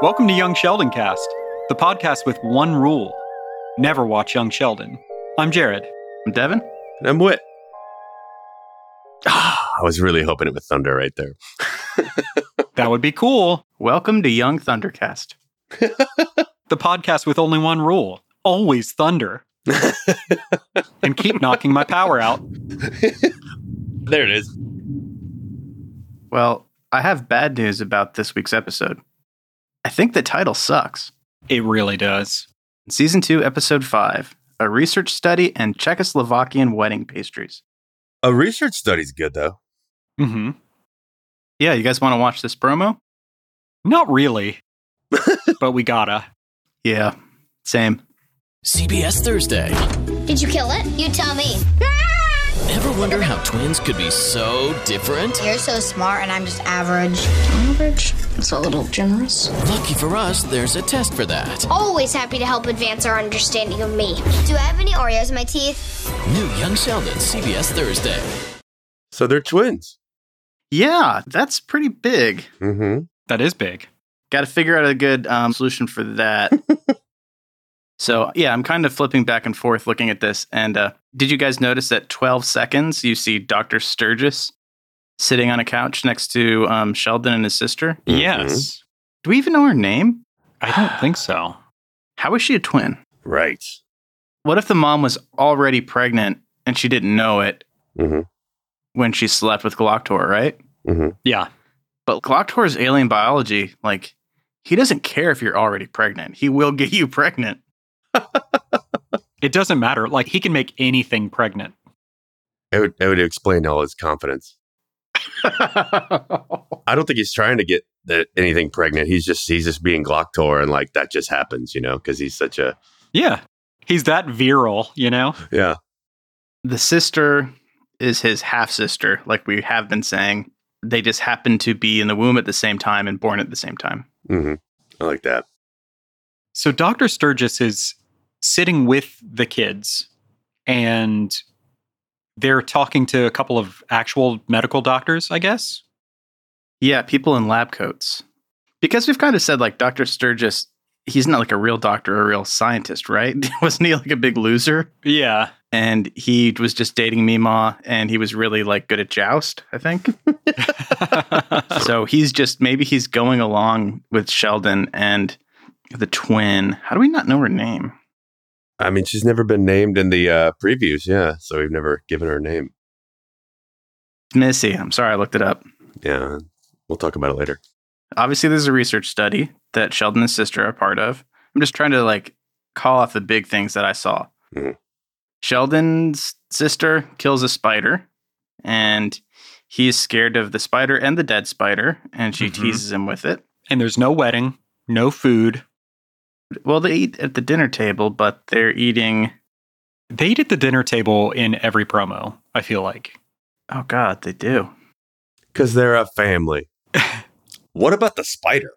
Welcome to Young Sheldon Cast, the podcast with one rule never watch Young Sheldon. I'm Jared. I'm Devin. And I'm Wit. Ah, I was really hoping it would thunder right there. That would be cool. Welcome to Young Thundercast. The podcast with only one rule always thunder. and keep knocking my power out. There it is. Well, I have bad news about this week's episode. I think the title sucks. It really does. Season 2, Episode 5 A Research Study and Czechoslovakian Wedding Pastries. A research study's good though. hmm Yeah, you guys want to watch this promo? Not really, but we gotta. Yeah, same. CBS Thursday. Did you kill it? You tell me. Ever wonder how twins could be so different? You're so smart and I'm just average. Average? That's a little generous. Lucky for us, there's a test for that. Always happy to help advance our understanding of me. Do I have any Oreos in my teeth? New Young Sheldon, CBS Thursday. So they're twins. Yeah, that's pretty big. Mm-hmm. That is big. Got to figure out a good um, solution for that. so, yeah, I'm kind of flipping back and forth looking at this. And uh, did you guys notice that 12 seconds you see Dr. Sturgis sitting on a couch next to um, Sheldon and his sister? Yes. Do we even know her name? I don't think so. How is she a twin? Right. What if the mom was already pregnant and she didn't know it Mm-hmm. when she slept with Galactor, right? Yeah. But Galactor's alien biology, like, he doesn't care if you're already pregnant. He will get you pregnant. It doesn't matter. Like, he can make anything pregnant. It would, it would explain all his confidence. I don't think he's trying to get the, anything pregnant. He's just he's just being Glocktor and like that just happens, you know, because he's such a Yeah. He's that virile, you know? yeah. the sister is his half sister, like we have been saying. They just happen to be in the womb at the same time and born at the same time. Mm-hmm. I like that. So Dr. Sturgis is sitting with the kids and they're talking to a couple of actual medical doctors, I guess. Yeah, people in lab coats. Because we've kind of said, like, Dr. Sturgis, he's not like a real doctor or a real scientist, right? Wasn't he like a big loser? Yeah. And he was just dating Mima and he was really like good at joust, I think. so he's just maybe he's going along with Sheldon and the twin. How do we not know her name? I mean, she's never been named in the uh, previews, yeah. So we've never given her a name. Missy. I'm sorry, I looked it up. Yeah, we'll talk about it later. obviously there's a research study that sheldon and sister are part of i'm just trying to like call off the big things that i saw Mhm. sheldon's sister kills a spider and he's scared of the spider and the dead spider and she Mhm. teases him with it and there's no wedding, no food. well they eat at the dinner table but they're eating They eat at the dinner table in every promo, I feel like. oh god they do Because they're a family. what about the spider?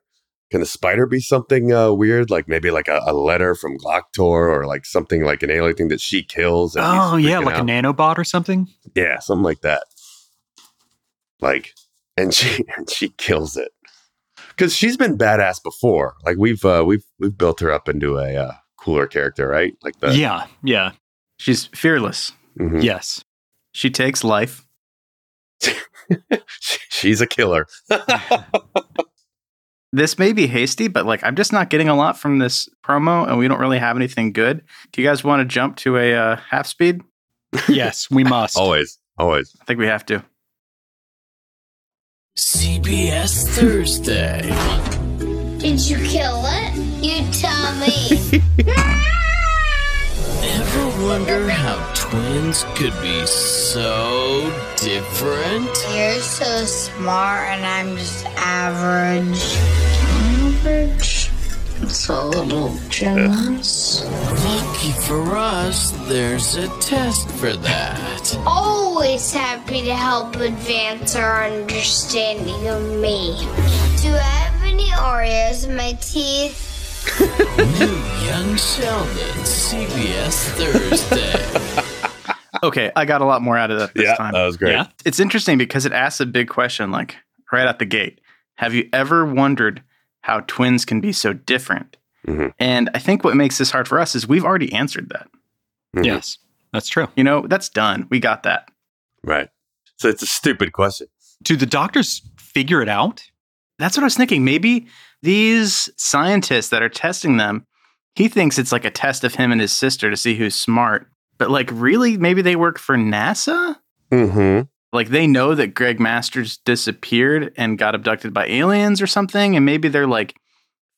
Can the spider be something uh, weird? Like maybe like a, a letter from Glocktor or like something like an alien thing that she kills? and he's Oh, yeah, freaking like a out? nanobot or something. yeah, something like that. Like, and she and she kills it because she's been badass before. Like we've uh, we've we've built her up into a uh, cooler character, right? Like the yeah, yeah, she's fearless Mhm. yes. she takes life She- she's a killer. this may be hasty but like i'm just not getting a lot from this promo and we don't really have anything good do you guys want to jump to a uh, half speed Yes, we must. Always, always. I think we have to. CBS Thursday. Did you kill it? You tell me. Ever wonder how twins could be so different? You're so smart and I'm just average. Average? That's a little generous. Lucky for us, there's a test for that. always happy to help advance our understanding of me. Do I have any Oreos in my teeth? New Young Sheldon, CBS Thursday. Okay, I got a lot more out of that this yeah, uh, time. that was great. Mm-hmm. Yeah. it's interesting because it asks a big question, like right out the gate. Have you ever wondered how twins can be so different. Mhm. And I think what makes this hard for us is we've already answered that. Mhm. Yes, that's true. You know, that's done. We got that. Right. So it's a stupid question. Do the doctors figure it out? That's what I was thinking. Maybe these scientists that are testing them, he thinks it's like a test of him and his sister to see who's smart. But like, really, maybe they work for NASA? Mm-hmm. Like, they know that Greg Masters disappeared and got abducted by aliens or something. And maybe they're like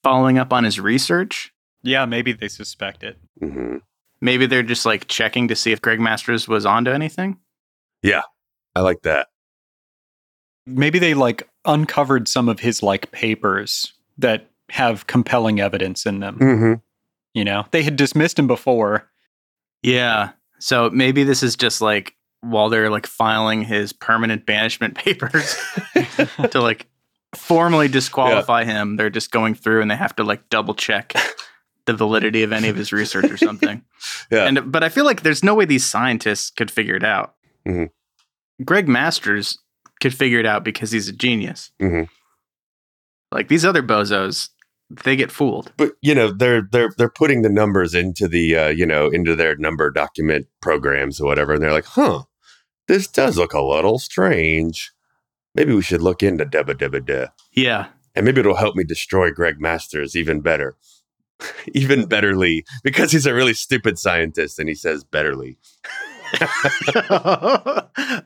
following up on his research. Yeah, maybe they suspect it. Mm-hmm. Maybe they're just like checking to see if Greg Masters was onto anything. I like that. Maybe they like uncovered some of his like papers that have compelling evidence in Mm. them. Mm-hmm. You know, they had dismissed him before. Yeah. So maybe this is just like while they're like filing his permanent banishment papers to like formally disqualify him, they're just going through and they have to like double check the validity of any of his research or something. Yeah. And but I feel like there's no way these scientists could figure it out. Mhm. Greg Masters could figure it out because he's a genius. Mhm. Like these other bozos, they get fooled. But you know, they're they're they're putting the numbers into the uh, you know into their number document programs or whatever, and they're like, huh, this does look a little strange. Maybe we should look into deba deba de, Yeah. and maybe it'll help me destroy Greg Masters even better, even betterly, because he's a really stupid scientist, and he says betterly.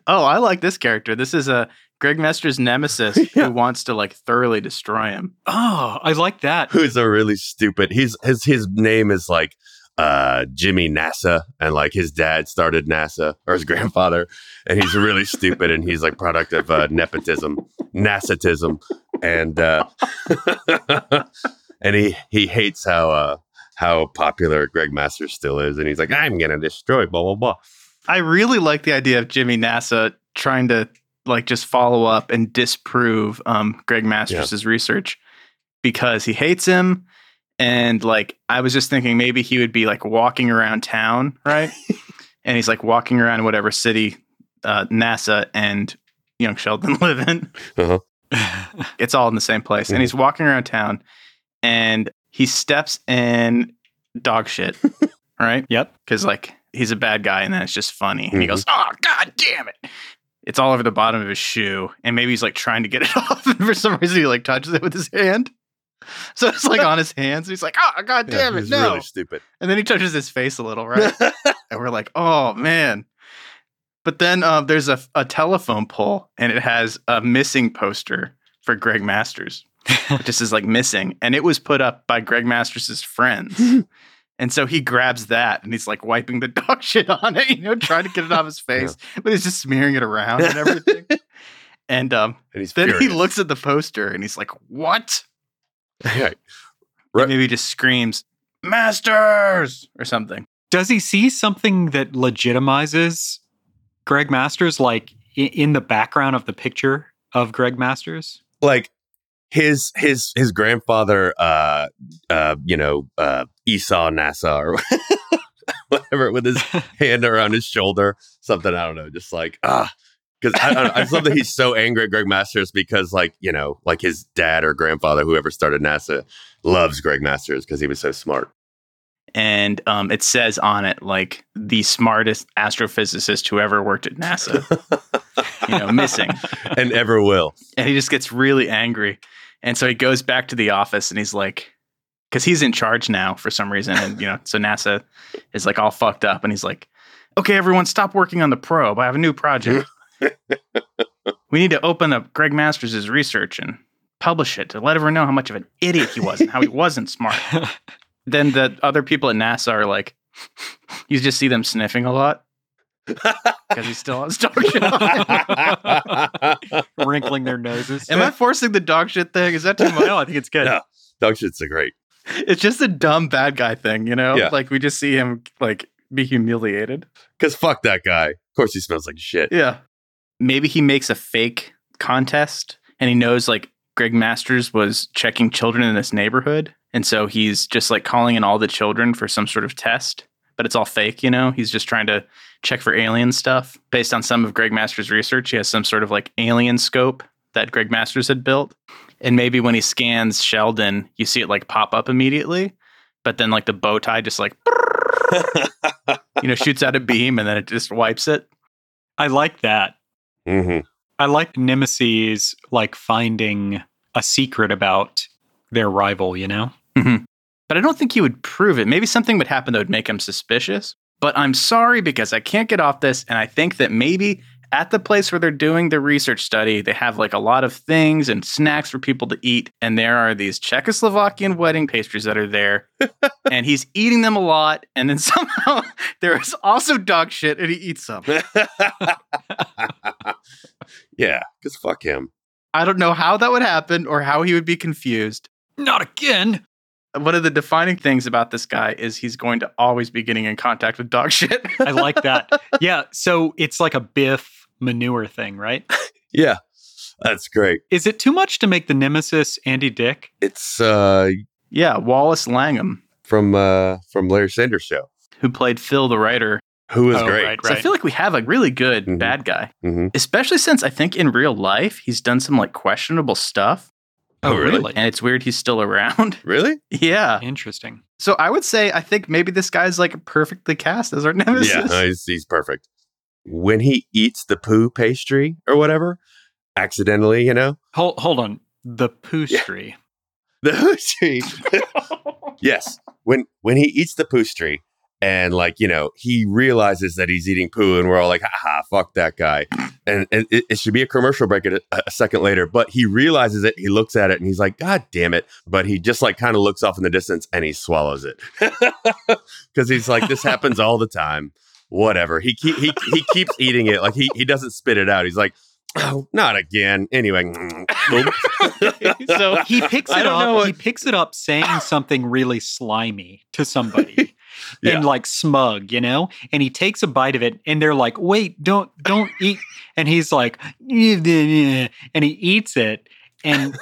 oh, I like this character. This is a Greg Masters nemesis Yeah. who wants to like thoroughly destroy him. Oh, I like that. who's a really stupid. He's his his name is like uh Jimmy NASA and like his dad started NASA or his grandfather and he's really stupid and he's like product of uh, nepotism, nasatism and uh and he he hates how uh how popular Greg Masters still is and he's like I'm going to destroy blah blah blah. I really like the idea of Jimmy NASA trying to like just follow up and disprove um, Greg Masters' research because he hates him. And like, I was just thinking maybe he would be like walking around town, right? and he's like walking around whatever city uh, NASA and young Sheldon live in. Uh-huh. It's all in the same place. Mm. And he's walking around town and he steps in dog shit, right? yep. because like he's a bad guy and then it's just funny and he Mhm. goes oh god damn it it's all over the bottom of his shoe and maybe he's like trying to get it off and for some reason he like touches it with his hand so it's like on his hands and he's like oh god Yeah, damn it he's no really stupid. and then he touches his face a little right and we're like oh man but then uh, there's a, a telephone pole and it has a missing poster for greg masters it just is like missing and it was put up by greg masters' friends and so he grabs that and he's like wiping the dog shit on it you know trying to get it off his face but he's just smearing it around and everything and um, And he's then he furious. looks at the poster and he's like what Yeah. and maybe he just screams masters or something Does he see something that legitimizes Greg Masters, like i- in the background of the picture of Greg Masters? like his his his grandfather uh uh you know uh esau nasa or whatever with his hand around his shoulder something i don't know just like ah because I, I, don't know, I just love that he's so angry at greg masters because like you know like his dad or grandfather whoever started nasa loves greg masters because he was so smart and um, it says on it like the smartest astrophysicist who ever worked at NASA, you know, missing. and ever will And he just gets really angry, and so he goes back to the office and he's like, because he's in charge now for some reason, and you know, so NASA is like all fucked up, and he's like, okay, everyone, stop working on the probe. I have a new project. we need to open up Greg Masters' research and publish it to let everyone know how much of an idiot he was and how he wasn't smart then the other people at NASA are like, you just see them sniffing a lot because he's still on dog shit. Wrinkling their noses. Am I forcing the dog shit thing? Is that too much? No, I think it's good. No. dog shit's a great It's just a dumb bad guy thing, you know? Yeah. Like we just see him like be humiliated. because fuck that guy of course he smells like shit Yeah. Maybe he makes a fake contest and he knows like Greg Masters was checking children in this neighborhood. And so he's just like calling in all the children for some sort of test, but it's all fake, you know? He's just trying to check for alien stuff. Based on some of Greg Masters' research, he has some sort of like alien scope that Greg Masters had built. And maybe when he scans Sheldon, you see it like pop up immediately, but then like the bow tie just like you know shoots out a beam and then it just wipes it. I like that. hmm I like Nemesis like finding a secret about their rival, you know? But I don't think he would prove it. Maybe something would happen that would make him suspicious. But I'm sorry because I can't get off this. And I think that maybe at the place where they're doing the research study, they have like a lot of things and snacks for people to eat. And there are these Czechoslovakian wedding pastries that are there. and he's eating them a lot. And then somehow there is also dog shit and he eats some. yeah, because fuck him. I don't know how that would happen or how he would be confused. Not again. one of the defining things about this guy is he's going to always be getting in contact with dog shit. I like that. yeah, so it's like a biff manure thing, right? Yeah, that's great. Is it too much to make the nemesis Andy Dick? It's uh, yeah, Wallace Langham, from uh, from Larry Sanders Show. who played Phil the writer. Who is Oh, great? right, So I right. feel like we have a really good Mhm. bad guy, hmm especially since I think in real life he's done some like questionable stuff, Oh, really? and it's weird he's still around. Really? yeah. Interesting. So I would say I think maybe this guy's like perfectly cast as our nemesis. Yeah, no, he's, he's perfect. When he eats the poo pastry or whatever, accidentally, you know, Hold hold on. The poostery. the pastry. yes, when when he eats the pastry and like you know he realizes that he's eating poo, and we're all like, "Ha ha, fuck that guy." And, and it, it should be a commercial break a, a second later, but he realizes it. He looks at it and he's like, "God damn it!" But he just like kind of looks off in the distance and he swallows it because he's like, "This happens all the time." Whatever. He keep, he he keeps eating it like he he doesn't spit it out. He's like. Oh, not again. Anyway, so He picks I it don't up. know He what- picks it up saying something really slimy to somebody. Yeah. And like smug, you know? And he takes a bite of it and they're like, "Wait, don't don't eat." And he's like, "Yeah, yeah, yeah," and he eats it and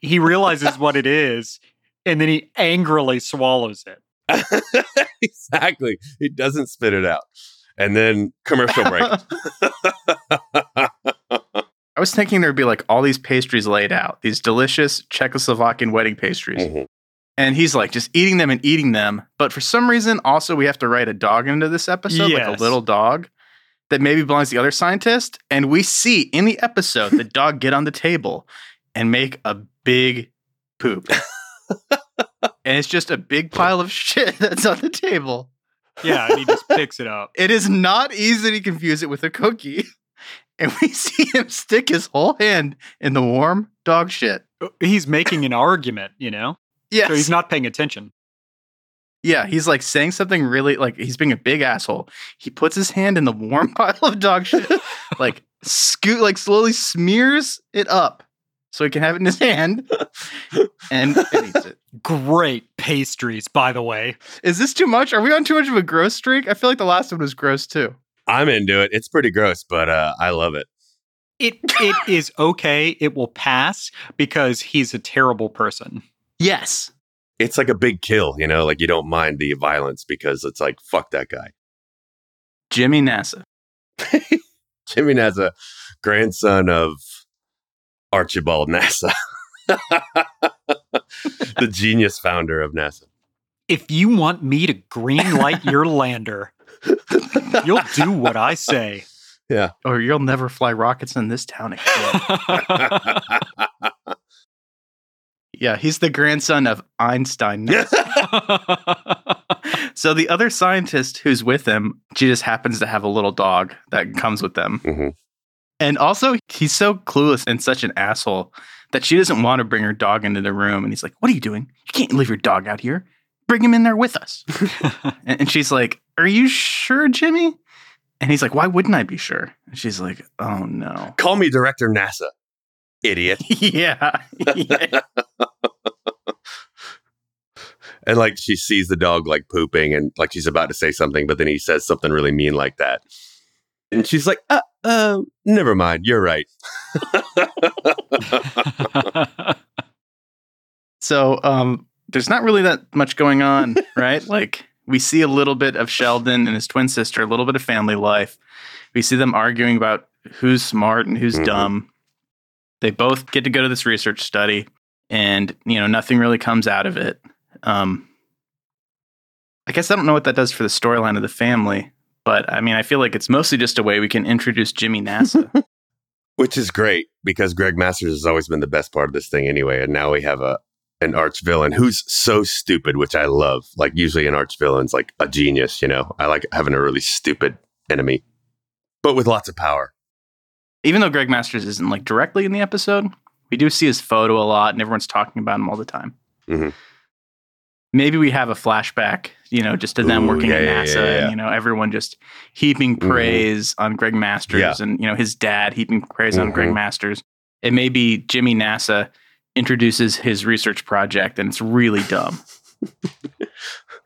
he realizes what it is and then he angrily swallows it. exactly. He doesn't spit it out. And then commercial break. I was thinking there'd be like all these pastries laid out, these delicious Czechoslovakian wedding pastries. Mhm. And he's like just eating them and eating them. But for some reason, also, we have to write a dog into this episode, like Yes. a little dog that maybe belongs to the other scientist. And we see in the episode the dog get on the table and make a big poop. and it's just a big pile of shit that's on the table. Yeah, and he just picks it up. It is not easy to confuse it with a cookie. And we see him stick his whole hand in the warm dog shit. He's making an argument, you know? Yes. So he's not paying attention. Yeah, he's like saying something really like he's being a big asshole. He puts his hand in the warm pile of dog shit, like scoot, like slowly smears it up so he can have it in his hand, and, and eats it. Great pastries, by the way. Is this too much? Are we on too much of a gross streak? I feel like the last one was gross too. I'm into it. It's pretty gross, but uh, I love it. It it is okay. It will pass because he's a terrible person. Yes. It's like a big kill, you know, like you don't mind the violence because it's like, fuck that guy. Jimmy NASA. Jimmy Nasa, grandson of Archibald NASA, the genius founder of NASA. If you want me to green light your lander, you'll do what I say. Or Oh, you'll never fly rockets in this town again. yeah, he's the grandson of Einstein NASA. So the other scientist who's with him, she just happens to have a little dog that comes with them. Mhm. And also, he's so clueless and such an asshole that she doesn't want to bring her dog into the room. And he's like, What are you doing? You can't leave your dog out here. Bring him in there with us. and and she's like, Are you sure, Jimmy? And he's like, Why wouldn't I be sure? And she's like, Oh no. Call me Director NASA, idiot. yeah. And like she sees the dog like pooping and like she's about to say something, but then he says something really mean like that. And she's like, uh, uh, never mind. You're right. So um, there's not really that much going on, right? like we see a little bit of Sheldon and his twin sister, a little bit of family life. We see them arguing about who's smart and who's Mhm. dumb. They both get to go to this research study. and you know nothing really comes out of it. Um, I guess I don't know what that does for the storyline of the family, but I mean, I feel like it's mostly just a way we can introduce Jimmy Nassa. which is great because Greg Masters has always been the best part of this thing anyway, and now we have a an arch villain who's so stupid, which I love. Like usually an arch villain's like a genius, you know. I like having a really stupid enemy, but with lots of power. Even though Greg Masters isn't like directly in the episode, we do see his photo a lot, and everyone's talking about him all the time. Mhm. Maybe we have a flashback, you know, just to them Ooh, working yeah, at yeah, NASA, yeah, yeah. and you know, everyone just heaping Mhm. praise on Greg Masters, Yeah. and you know, his dad heaping praise on Greg Mhm. Masters. It may be Jimmy NASA introduces his research project, and it's really dumb,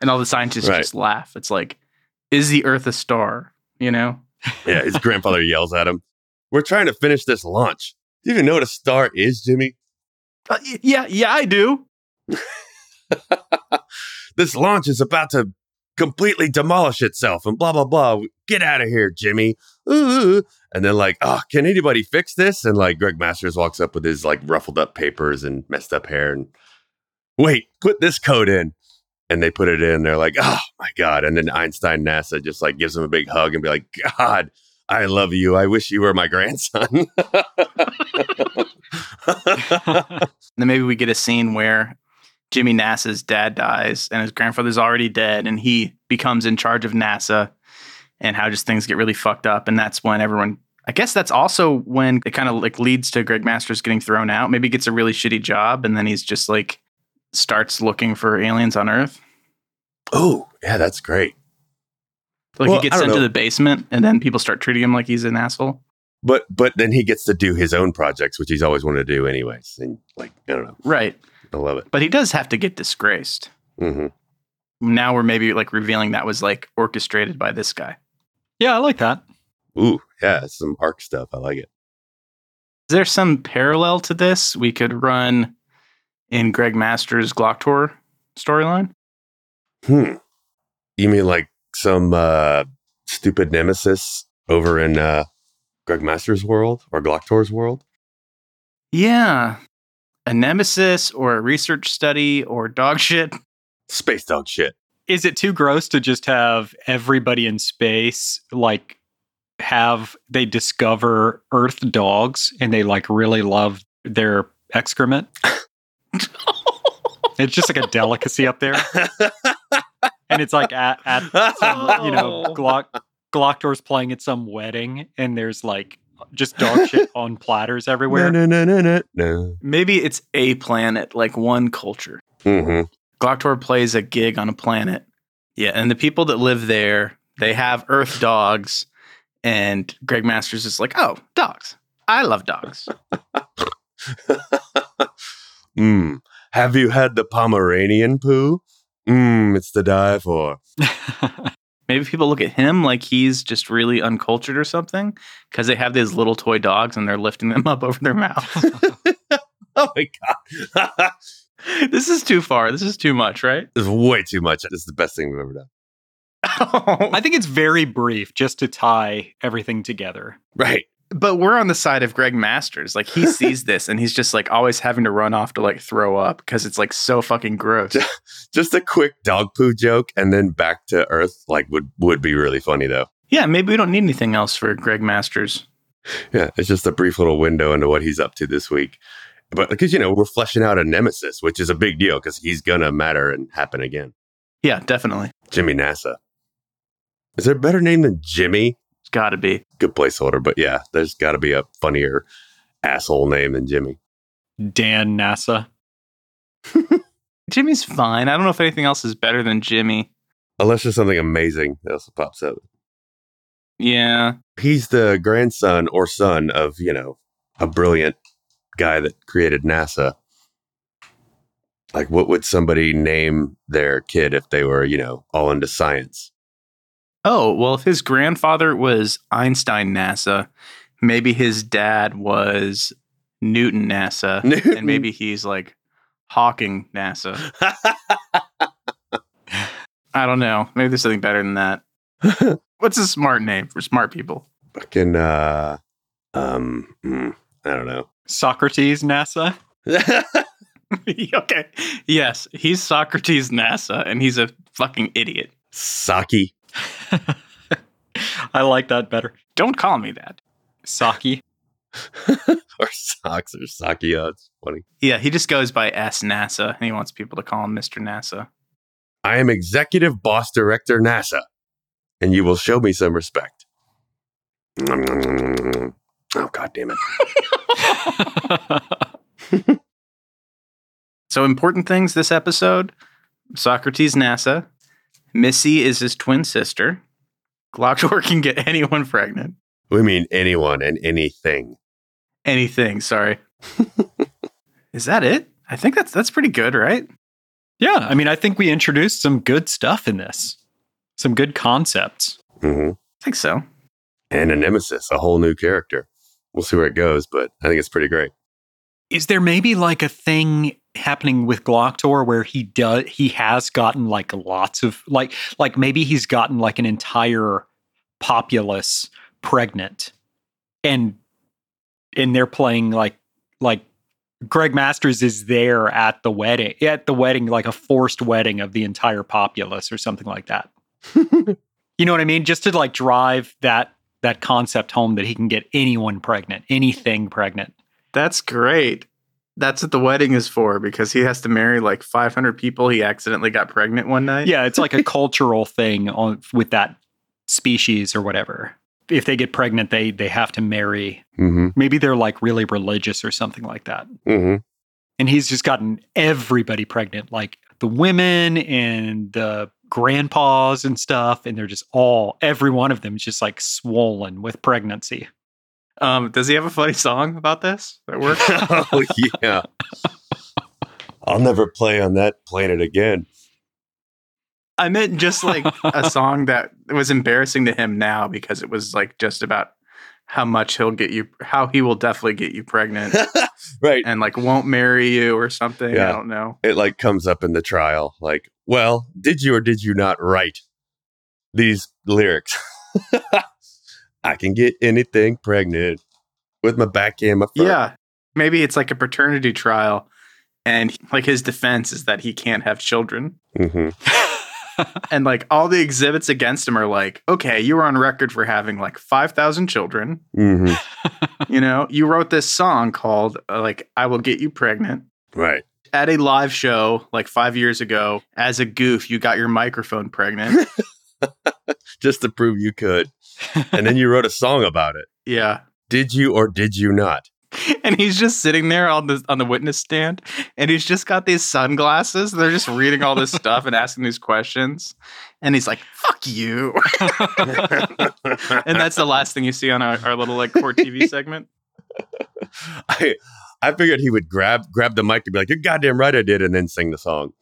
and all the scientists Right. just laugh. It's like, is the Earth a star? You know, Yeah, his grandfather yells at him, "We're trying to finish this launch." Do you even know what a star is, Jimmy? Uh, y- yeah, yeah, I do. This launch is about to completely demolish itself and blah blah blah. Get out of here, Jimmy. Ooh. And then like, oh, can anybody fix this? And like Greg Masters walks up with his like ruffled up papers and messed up hair and wait, put this code in. And they put it in. They're like, oh my God. And then Einstein NASA just like gives him a big hug and be like, God, I love you. I wish you were my grandson. And then maybe we get a scene where Jimmy NASA's dad dies and his grandfather's already dead and he becomes in charge of NASA and how just things get really fucked up. And that's when everyone, I guess that's also when it kind of like leads to Greg Masters getting thrown out. Maybe he gets a really shitty job and then he's just like starts looking for aliens on Earth. oh, yeah, that's great. Like Well, he gets I don't sent to know. the basement and then people start treating him like he's an asshole. But but then he gets to do his own projects, which he's always wanted to do anyways. And like, I don't know. Right. I love it. But he does have to get disgraced. Mm-hmm. Now we're maybe like revealing that was like orchestrated by this guy. yeah, I like that. Ooh, yeah, that's some arc stuff. I like it. Is there some parallel to this we could run in Greg Masters' Glocktor storyline? Hmm. You mean like some uh, stupid nemesis over in uh, Greg Master's world or Glocktor's world? Yeah. A nemesis or a research study or dog shit. Space dog shit. Is it too gross to just have everybody in space like have they discover Earth dogs and they like really love their excrement? it's just like a delicacy up there, and it's like at, at some, you know Oh. Glock Glocktor's playing at some wedding, and there's like just dog shit on platters everywhere. No, no, no, no, no. Maybe it's a planet, like one culture. Mm-hmm. Glocktor plays a gig on a planet. Yeah, and the people that live there, they have Earth dogs, and Greg Masters is like, oh, dogs. I love dogs. Mm. Have you had the Pomeranian poo? Mm, it's to die for. Maybe people look at him like he's just really uncultured or something because they have these little toy dogs and they're lifting them up over their mouth. Oh my god. this is too far. This is too much, right? this is way too much. This is the best thing we've ever done. I think it's very brief just to tie everything together. Right. but we're on the side of Greg Masters. Like he sees this and he's just like always having to run off to like throw up because it's like so fucking gross. Just a quick dog poo joke and then back to earth like would would be really funny though. yeah, maybe we don't need anything else for Greg Masters. Yeah, it's just a brief little window into what he's up to this week. But because, you know, we're fleshing out a nemesis, which is a big deal because he's going to matter and happen again. Yeah, definitely. Jimmy NASA. Is there a better name than Jimmy? It's got to be. Good placeholder, but yeah, there's got to be a funnier asshole name than Jimmy. Dan NASA. Jimmy's fine. I don't know if anything else is better than Jimmy. Unless there's something amazing that else pops up. Yeah. He's the grandson or son of, you know, a brilliant guy that created NASA. Like, what would somebody name their kid if they were, you know, all into science? Oh, well, if his grandfather was Einstein NASA, maybe his dad was Newton NASA, and maybe he's like Hawking NASA. I don't know. Maybe there's something better than that. What's a smart name for smart people? fucking uh um mm, i don't know Socrates NASA. okay. Yes, he's Socrates NASA, and he's a fucking idiot. Saki. I like that better. Don't call me that. Saki. or socks or Saki. Oh, it's funny. Yeah, he just goes by S NASA, and he wants people to call him Mr. NASA. I am executive boss director NASA, and you will show me some respect. Oh god damn it. So important things this episode: Socrates NASA, Missy is his twin sister. Glocktor can get anyone pregnant. We mean anyone and anything. Anything. Sorry. is that it? I think that's that's pretty good, right? yeah, I mean, I think we introduced some good stuff in this, some good concepts. hmm I think so. And a nemesis, a whole new character. We'll see where it goes, but I think it's pretty great. Is there maybe like a thing happening with Glocktor where he does he has gotten like lots of like like maybe he's gotten like an entire populace pregnant and and they're playing like like Greg Masters is there at the wedding at the wedding like a forced wedding of the entire populace or something like that. you know what I mean? Just to like drive that that concept home that he can get anyone pregnant, anything pregnant. That's great. That's what the wedding is for because he has to marry like 500 people. He accidentally got pregnant one night. yeah, it's like a cultural thing on with that species or whatever. If they get pregnant, they they have to marry. Mm-hmm. Maybe they're like really religious or something like that. Mm-hmm. And he's just gotten everybody pregnant, like the women and the grandpas and stuff, and they're just all every one of them is just like swollen with pregnancy. Um, does he have a funny song about this that works? oh yeah. I'll never play on that planet again. I meant just like a song that was embarrassing to him now because it was like just about how much he'll get you, how he will definitely get you pregnant right. and like won't marry you or something. I Yeah. don't know. It like comes up in the trial, like, well, did you or did you not write these lyrics? I can get anything pregnant with my backhand, my front. Yeah. Maybe it's like a paternity trial. And like his defense is that he can't have children. Mm-hmm. And like all the exhibits against him are like, okay, you were on record for having like 5,000 children. Mm-hmm. You know, you wrote this song called uh, like, I Will Get You Pregnant. Right. At a live show like five years ago, as a goof, you got your microphone pregnant. Just to prove you could. And then you wrote a song about it. yeah. Did you or did you not? And he's just sitting there on the on the witness stand and he's just got these sunglasses. They're just reading all this stuff and asking these questions. And he's like, fuck you. And that's the last thing you see on our, our little like court TV segment. I I figured he would grab grab the mic to be like, "You're goddamn right, I did," and then sing the song.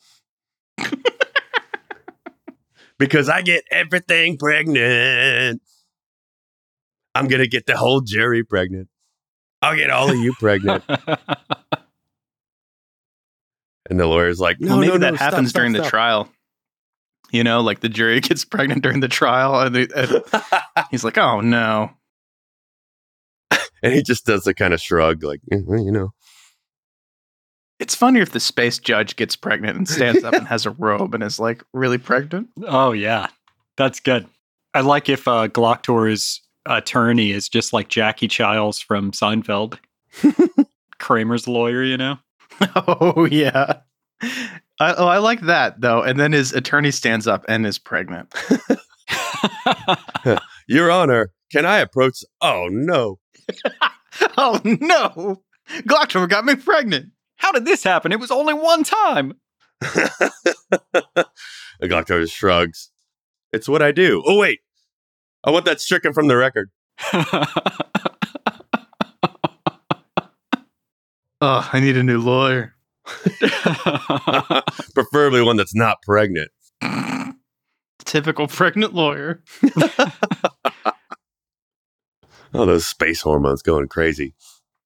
because I get everything pregnant. I'm gonna get the whole jury pregnant. I'll get all of you pregnant. and the lawyer's like, "No, well, maybe no, that no, stop, happens stop, during the stop." trial. You know, like the jury gets pregnant during the trial, and, they, and he's like, "Oh no!" and he just does the kind of shrug, like, "Eh, well, you know, It's funnier if the space judge gets pregnant and stands up and has a robe and is like really pregnant. Oh yeah, that's good. I like if uh, Glocktor's attorney is just like Jackie Childs from Seinfeld, Kramer's lawyer. You know, Oh yeah. I, oh, I like that though. And then his attorney stands up and is pregnant. Your Honor, can I approach?" Oh no, oh no! Glocktor got me pregnant. how did this happen? It was only one time. Aglato shrugs. It's what I do. Oh wait, I want that stricken from the record. Oh, I need a new lawyer. Preferably one that's not pregnant. Typical pregnant lawyer. Oh, those space hormones going crazy.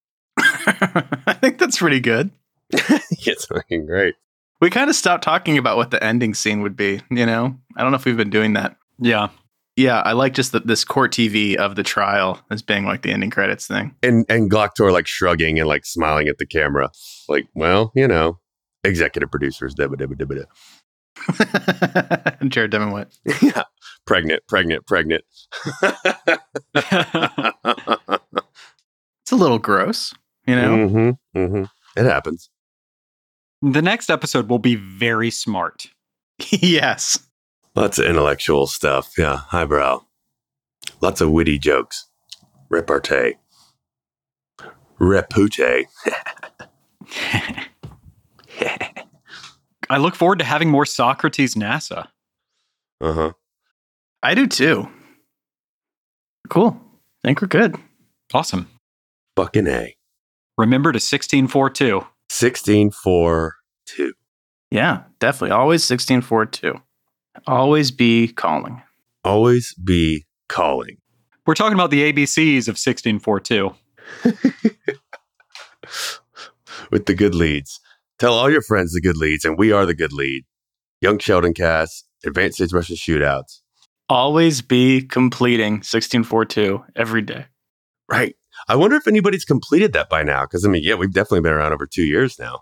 I think that's pretty good. it's fucking great. We kind of stopped talking about what the ending scene would be, you know? I don't know if we've been doing that. yeah, Yeah, I like just that this court TV of the trial as being like the ending credits thing. And and Glocktor like shrugging and like smiling at the camera, like, well, you know, executive producers. Dibba, dibba, dibba, dibba. Jared Demenwitt. yeah, pregnant, pregnant, pregnant. It's a little gross, you know. mm-hmm, mm-hmm. It happens. The next episode will be very smart. yes. Lots of intellectual stuff. Yeah, highbrow. Lots of witty jokes. Repartee. Repute. I look forward to having more Socrates NASA. Uh huh. I do too. Cool. I think we're good. Awesome. Fucking A. Remember to 1642. 16 4 2. Yeah, definitely. Always 1642. Always be calling. Always be calling. We're talking about the ABCs of 1642. with the good leads. Tell all your friends the good leads, and we are the good lead. Young Sheldon cast, advanced stage Russian shootouts. Always be completing 1642 every day. Right. I wonder if anybody's completed that by now. Cause I mean, yeah, we've definitely been around over two years now.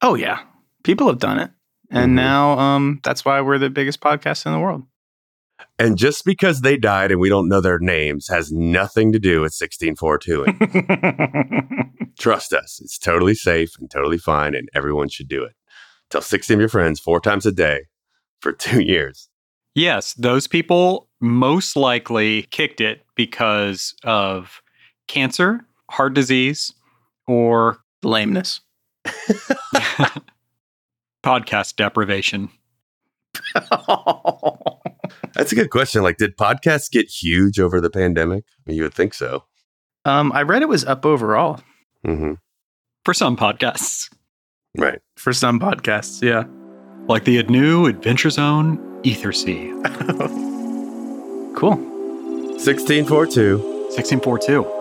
Oh yeah. People have done it. And Mhm. now um that's why we're the biggest podcast in the world. And just because they died and we don't know their names has nothing to do with 1642. Trust us, it's totally safe and totally fine, and everyone should do it. Tell 16 of your friends four times a day for two years. Yes, those people most likely kicked it because of cancer, heart disease, or Lameness. podcast deprivation. That's a good question. Like, did podcasts get huge over the pandemic? I mean, you would think so. um I read it was up overall hmm For some podcasts, Right. for some podcasts, yeah. like the new Adventure Zone Ethersea Cool. 1642. 1642.